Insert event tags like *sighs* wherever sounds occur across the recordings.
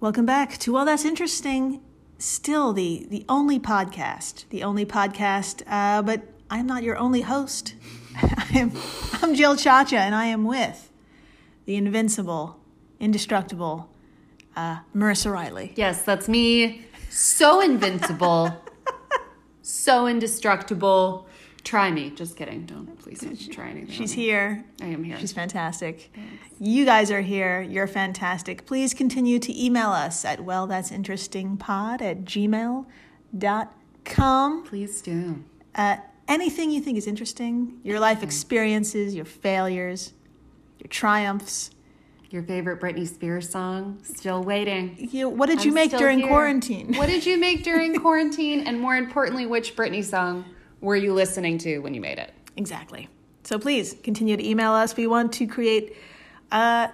Welcome back to Well That's Interesting. Still the the only podcast, the only podcast. Uh, but I'm not your only host. *laughs* I am I'm Jill Chacha, and I am with the invincible, indestructible uh, Marissa Riley. Yes, that's me. So invincible, *laughs* so indestructible. Try me. Just kidding. Don't please don't try anything. She's on me. here. I am here. She's fantastic. You guys are here. You're fantastic. Please continue to email us at wellthat'sinterestingpod at gmail.com. please do. Uh, anything you think is interesting, your Mm. life experiences, your failures, your triumphs. Your favorite Britney Spears song? Still waiting. You know, what did you I'm make still during here. quarantine? What did you make during quarantine? And more importantly, which Britney song were you listening to when you made it? *laughs* Exactly. So please continue to email us. We want to create uh,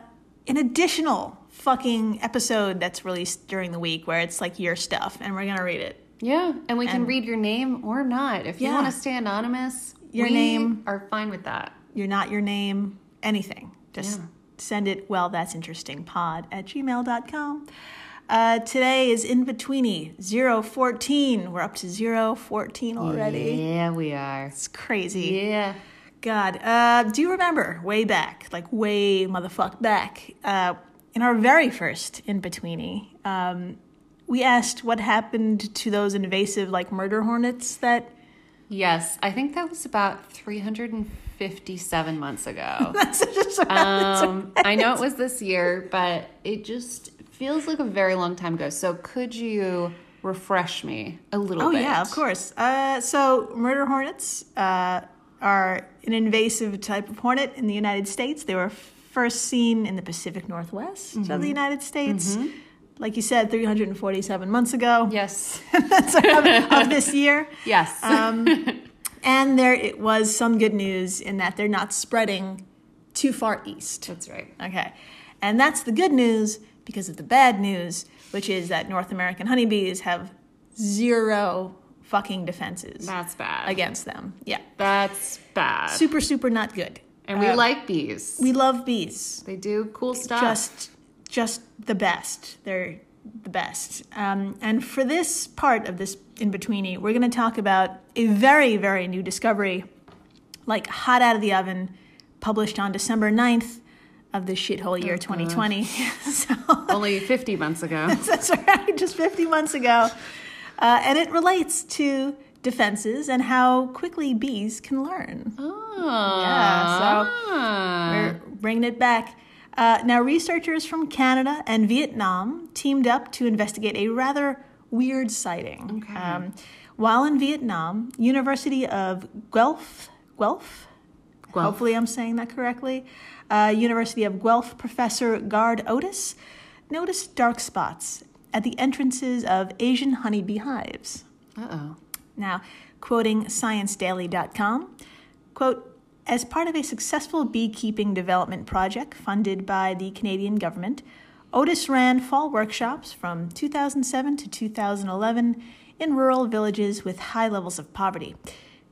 an additional fucking episode that's released during the week where it's like your stuff and we're going to read it. Yeah, and we can read your name or not. If you Yeah. want to stay anonymous, Your we name. are fine with that. You're not your name, anything. Just Yeah. send it well that's interesting pod at gmail.com. Uh, today is in betweeny 014. We're up to 014 already. Yeah, we are. It's crazy. Yeah. God, uh, do you remember way back, like way motherfuck back, uh, in our very first in betweeny? Um, we asked what happened to those invasive, like murder hornets that. Yes, I think that was about 357 months ago. *laughs* That's just Um, I know it was this year, but it just feels like a very long time ago. So could you refresh me a little Oh bit? yeah, of course. Uh, so murder hornets uh, are an invasive type of hornet in the United States. They were first seen in the Pacific Northwest of the United States, like you said, 347 months *laughs* ago. Yes. So, of, of this year. Yes. Um, And there it was some good news in that they're not spreading too far east. *laughs* That's right. Okay. And that's the good news because of the bad news, which is that North American honeybees have zero fucking defenses That's bad. against them. Yeah. That's bad. Super, super not good. and we Uh, like bees. we love bees. They do cool stuff. Just just the best. They're the best. Um, and for this part of this in betweeny, we're gonna talk about a very, very new discovery, like hot out of the oven, published on December 9th of the shithole Oh, year 2020. *laughs* so Only 50 months *laughs* ago. that's right, just 50 months ago. Uh, and it relates to defenses and how quickly bees can learn. Oh. Yeah, so- We're bringing it back. Uh, now, researchers from Canada and Vietnam teamed up to investigate a rather weird sighting. Okay. Um, while in Vietnam, University of Guelph, Guelph, Guelph. hopefully I'm saying that correctly, uh, University of Guelph professor Gard Otis noticed dark spots at the entrances of Asian honeybee hives. Uh-oh. Now, quoting sciencedaily.com, quote, as part of a successful beekeeping development project funded by the Canadian government, Otis ran fall workshops from 2007 to 2011 in rural villages with high levels of poverty.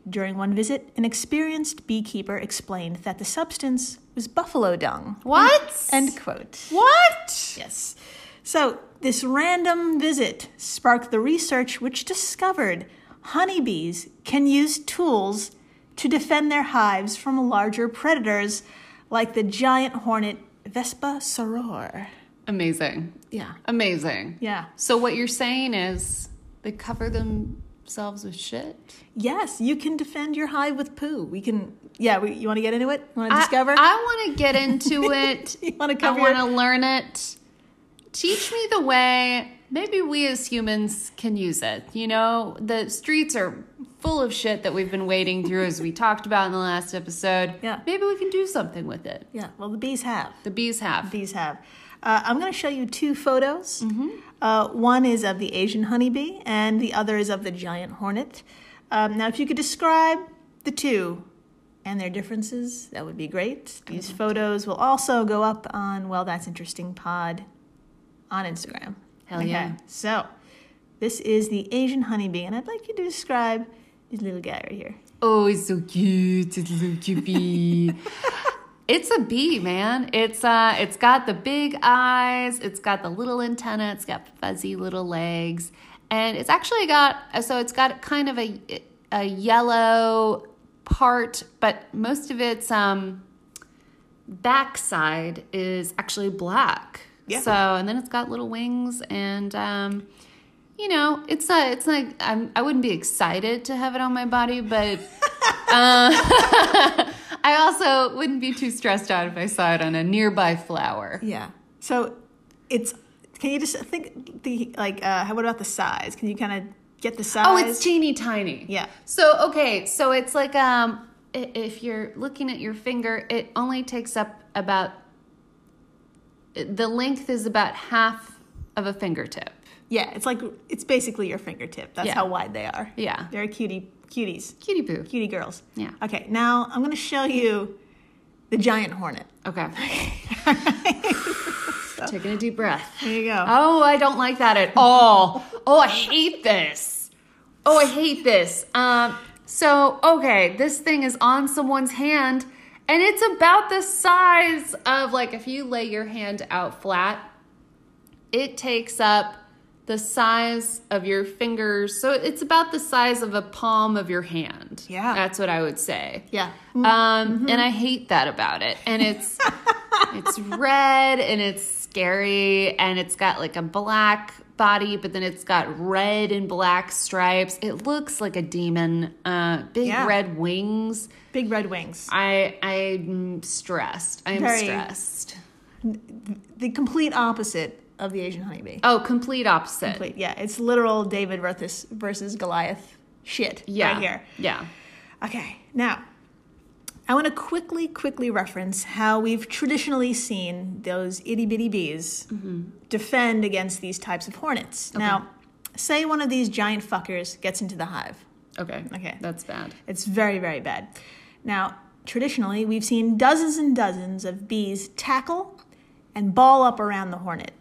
During one visit, an experienced beekeeper explained that the substance was buffalo dung. What? End quote. what? Yes. So, this random visit sparked the research which discovered honeybees can use tools to defend their hives from larger predators like the giant hornet Vespa soror. Amazing. Yeah. Amazing. Yeah. So what you're saying is they cover themselves with shit? Yes, you can defend your hive with poo. We can, yeah, we, you want to get into it? Want to I- discover? I, want to get *laughs* into it. You wanna I cover want to learn it. Teach me the way. Maybe we as humans can use it. You know, the streets are full of shit that we've been wading through, as we talked about in the last episode. Yeah. Maybe we can do something with it. yeah, well, the bees have. The bees have. These have. Uh, I'm going to show you two photos. Mm-hmm. Uh, one is of the Asian honeybee, and the other is of the giant hornet. Um, now, if you could describe the two and their differences, that would be great. These Mm-hmm. photos will also go up on Well That's Interesting Pod on Instagram. Hell yeah. So, this is the Asian honeybee, and I'd like you to describe this little guy right here. Oh, it's so cute. It's so cute. It's a bee, man. It's uh it's got the big eyes, it's got the little antenna, it's got fuzzy little legs, and it's actually got so it's got kind of a a yellow part, but most of its um backside is actually black. Yeah. So and then it's got little wings and um you know, it's not it's not I'm I wouldn't be excited to have it on my body, but uh, *laughs* I also wouldn't be too stressed out if I saw it on a nearby flower. Yeah. So it's can you just think the like uh how what about the size? Can you kind of get the size? Oh, it's teeny tiny. Yeah. So okay, so it's like um i- if you're looking at your finger, it only takes up about the length is about half of a fingertip. yeah, it's like it's basically your fingertip. That's Yeah. how wide they are. Yeah. They're cutie cuties. Cutie poo. Cutie girls. Yeah. Okay, now I'm gonna show you the giant hornet. *laughs* Okay. Taking a deep breath. There you go. Oh, I don't like that at all. Oh, I hate this. Oh, I hate this. Um, so okay, this thing is on someone's hand, and it's about the size of like if you lay your hand out flat, it takes up the size of your fingers. So it's about the size of a palm of your hand. Yeah. that's what I would say. Yeah. Um, Mm-hmm. and I hate that about it. *laughs* And it's it's red and it's scary and it's got like a black body, but then it's got red and black stripes. It looks like a demon. Uh, big Yeah. red wings. Big red wings. I I'm stressed. I'm Very. stressed. The complete opposite of the Asian honeybee. Oh, complete opposite. Complete. Yeah, it's literal David versus versus Goliath shit Yeah. right here. Yeah. Okay, now I want to quickly, quickly reference how we've traditionally seen those itty bitty bees defend against these types of hornets. Now, say one of these giant fuckers gets into the hive. Okay. Okay. That's bad. It's very, very bad. Now, traditionally, we've seen dozens and dozens of bees tackle and ball up around the hornet.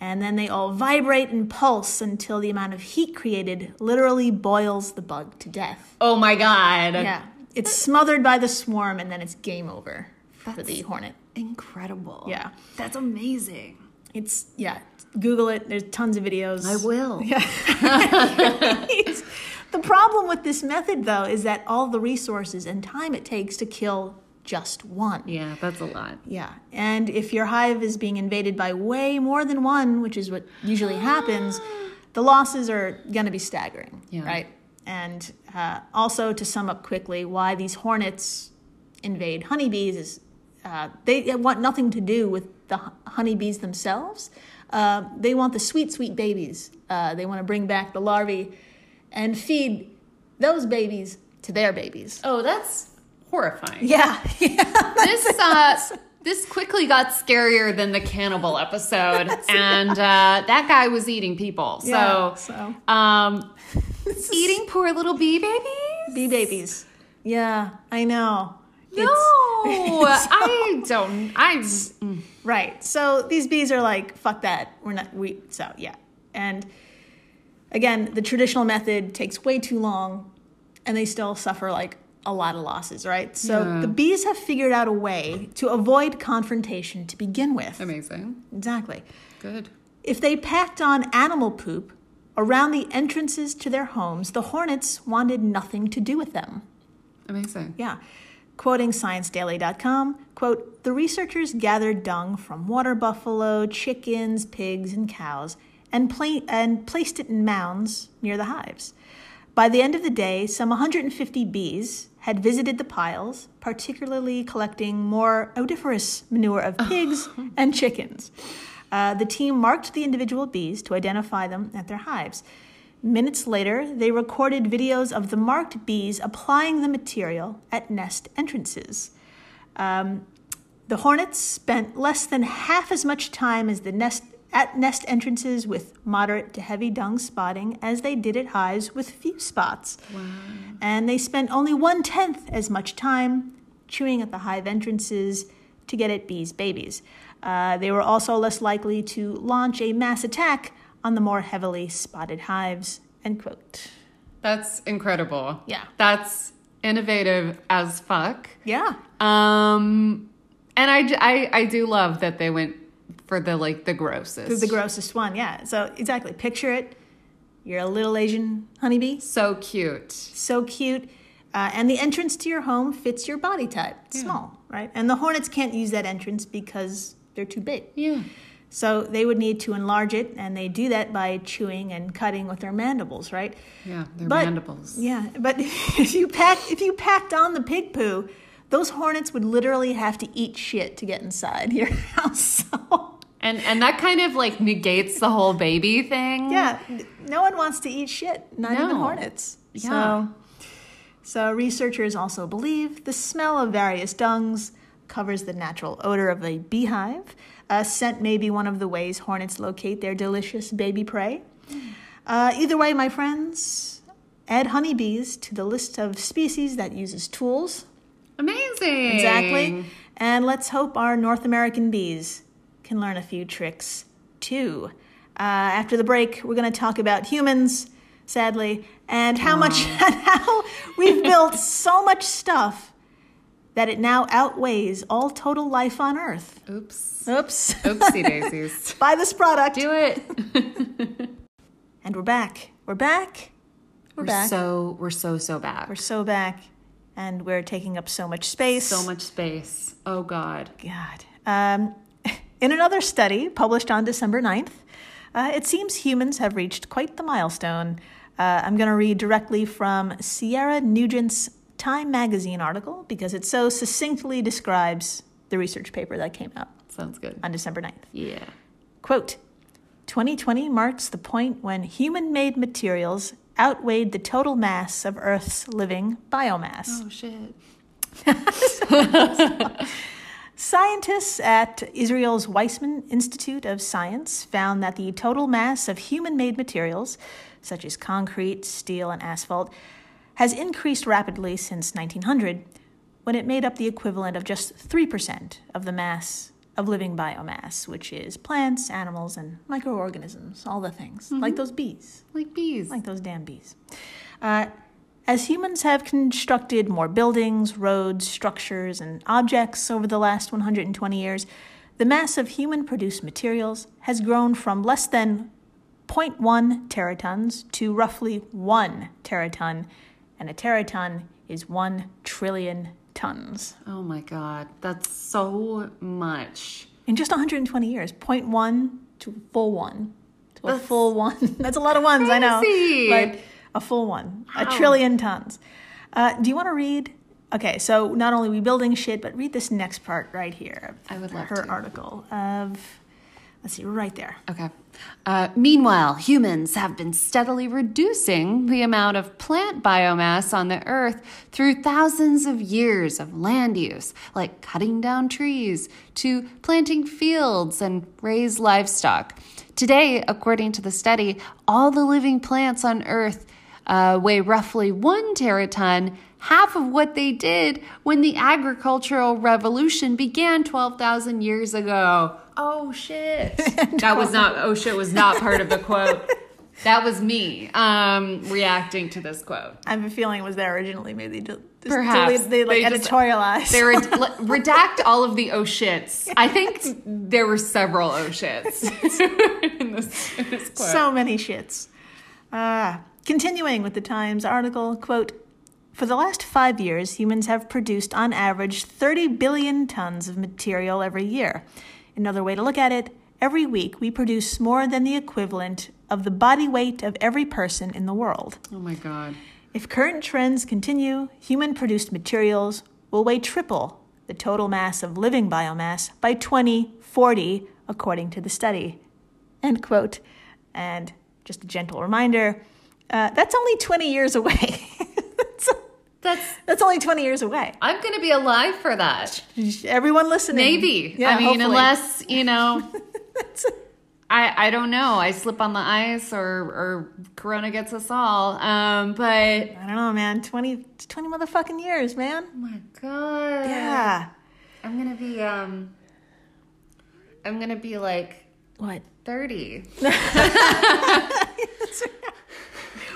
And then they all vibrate and pulse until the amount of heat created literally boils the bug to death. Oh my god. Yeah. It's smothered by the swarm and then it's game over for the hornet. Incredible. Yeah. That's amazing. It's, yeah. Google it. There's tons of videos. I *laughs* will. the problem with this method, though, is that all the resources and time it takes to kill just one. yeah, that's a lot. Yeah. And if your hive is being invaded by way more than one, which is what usually happens, the losses are going to be staggering. Ah. Yeah. Right. And uh, also, to sum up quickly, why these hornets invade honeybees is uh, they want nothing to do with the hu- honeybees themselves. Uh, they want the sweet, sweet babies. Uh, they want to bring back the larvae and feed those babies to their babies. Oh, that's horrifying. *laughs* Yeah. this uh, this quickly got scarier than the cannibal episode, *laughs* and uh, that guy was eating people. So, Yeah, so. Um, eating poor little bee babies. Bee babies. Yeah, I know. No, *laughs* I don't. I Right. So these bees are like, fuck that. We're not, we, so yeah. And again, the traditional method takes way too long and they still suffer like a lot of losses, right? So the bees have figured out a way to avoid confrontation to begin with. amazing. Exactly. Good. If they packed on animal poop around the entrances to their homes, the hornets wanted nothing to do with them. Amazing. Yeah. Quoting ScienceDaily.com, quote, the researchers gathered dung from water buffalo, chickens, pigs, and cows and, pla- and placed it in mounds near the hives. By the end of the day, some 150 bees had visited the piles, particularly collecting more odoriferous manure of pigs and chickens. Uh, the team marked the individual bees to identify them at their hives. Minutes later, they recorded videos of the marked bees applying the material at nest entrances. Um, the hornets spent less than half as much time as the nest at nest entrances with moderate to heavy dung spotting as they did at hives with few spots. And they spent only one tenth as much time chewing at the hive entrances to get at bees' babies. Uh, they were also less likely to launch a mass attack on the more heavily spotted hives. End quote. That's incredible. Yeah. That's innovative as fuck. Yeah. Um, And I, j- I, I do love that they went for the like the grossest. the grossest one. Yeah. So exactly, picture it. You're a little Asian honeybee, so cute. so cute, uh, and the entrance to your home fits your body type. Small, right? And the hornets can't use that entrance because they're too big. Yeah. So they would need to enlarge it, and they do that by chewing and cutting with their mandibles, right? Yeah, their But- mandibles. Yeah, but *laughs* if you pack if you packed on the pig poo, those hornets would literally have to eat shit to get inside *laughs* your house. So, And and that kind of like negates the whole baby thing. yeah, no one wants to eat shit, not even No. hornets. Yeah. So, so researchers also believe the smell of various dungs covers the natural odor of a beehive. A scent may be one of the ways hornets locate their delicious baby prey. Uh, either way, my friends, add honeybees to the list of species that uses tools Amazing. Mm. Exactly. And let's hope our North American bees can learn a few tricks too. Uh, after the break, we're going to talk about humans, sadly, and how much *laughs* and how we've built so much stuff that it now outweighs all total life on Earth. Oops. Oops. Oopsie daisies. *laughs* Buy this product. Do it. And we're back. We're back. *laughs* We're, We're back. so we're so so back. we're so back. And we're taking up so much space. so much space. Oh God. God. Um, *laughs* in another study published on December 9th, uh, it seems humans have reached quite the milestone. Uh, I'm going to read directly from Sierra Nugent's Time magazine article because it so succinctly describes the research paper that came out Sounds good. on December 9th. Yeah. Quote 2020 marks the point when human made materials outweighed the total mass of Earth's living biomass. Oh shit. Scientists at Israel's Weizmann Institute of Science found that the total mass of human made materials, such as concrete, steel, and asphalt, has increased rapidly since 1900, when it made up the equivalent of just 3% of the mass of living biomass, which is plants, animals, and microorganisms, all the things, like those bees Like bees. like those damn bees. Uh, as humans have constructed more buildings, roads, structures, and objects over the last 120 years, the mass of human produced materials has grown from less than 0.1 teratons to roughly 1 teraton, and a teraton is 1 trillion tons. oh my God. That's so much. In just 120 years, 0.1 to full 1. To a That's full one. *laughs* That's a lot of ones, crazy. I know. But a full one. A trillion tons. Uh, do you want to read? Okay, so not only we building shit, but read this next part right here. of I would love her to. article of, let's see, right there. Okay. Uh, meanwhile, humans have been steadily reducing the amount of plant biomass on the earth through thousands of years of land use, like cutting down trees, to planting fields and raise livestock. Today, according to the study, all the living plants on earth uh, weigh roughly one teraton, half of what they did when the agricultural revolution began 12,000 years ago. Oh shit. that was *laughs* not, oh shit was not part of the quote. That was me um, reacting to this quote. I have a feeling it was there originally, maybe. They, Perhaps. They, like They just- editorialized. *laughs* They red- redact all of the oh shits. I think there were several oh shits *laughs* in this, in this quote. So many shits. Uh, continuing with the Times article, quote, for the last five years, humans have produced on average 30 billion tons of material every year. Another way to look at it, every week we produce more than the equivalent of the body weight of every person in the world. oh my God. If current trends continue, human produced materials will weigh triple the total mass of living biomass by 2040, according to the study. End quote. And just a gentle reminder uh, that's only 20 years away. *laughs* that's, That's, that's only 20 years away. I'm going to be alive for that. Everyone listening. Maybe. Yeah, I mean, hopefully. unless, you know, *laughs* I, I don't know. I slip on the ice or, or Corona gets us all. Um, but, I don't know, man. 20, 20 motherfucking years, oh man. my God. Yeah. I'm going to be, um, I'm going to be like What? 30. *laughs*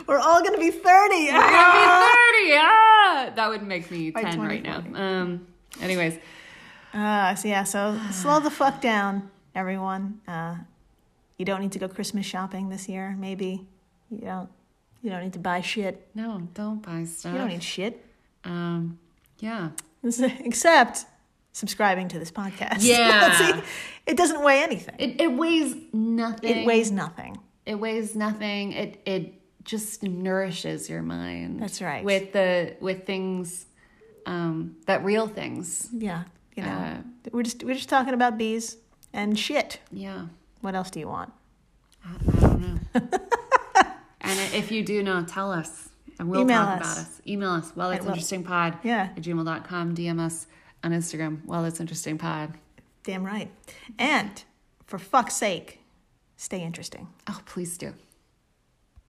We're all going to be 30. *laughs* I'm gonna be 30. Ah! That would make me 10 right now. 2040. Um, anyways. Uh, so yeah, *sighs* so slow the fuck down, everyone. Uh, you don't need to go Christmas shopping this year. Maybe you don't. You don't need to buy shit. No, don't buy stuff. You don't need shit, *laughs* um, yeah. except subscribing to this podcast. *laughs* Yeah. See, it doesn't weigh anything. It, it weighs nothing. It weighs nothing. It weighs nothing. It it just nourishes your mind. That's right. With the with things, um, that real things. Yeah, you know, Uh, we're just we're just talking about bees and shit. Yeah. What else do you want? I, I don't know. and i- if you do know, tell us. And we'll Email talk us. about us. Email us. Well, that's will- interesting pod. Yeah. At gmail.com. DM us on Instagram. Well, that's interesting pod. Damn right. And for fuck's sake, stay interesting. Oh, please do.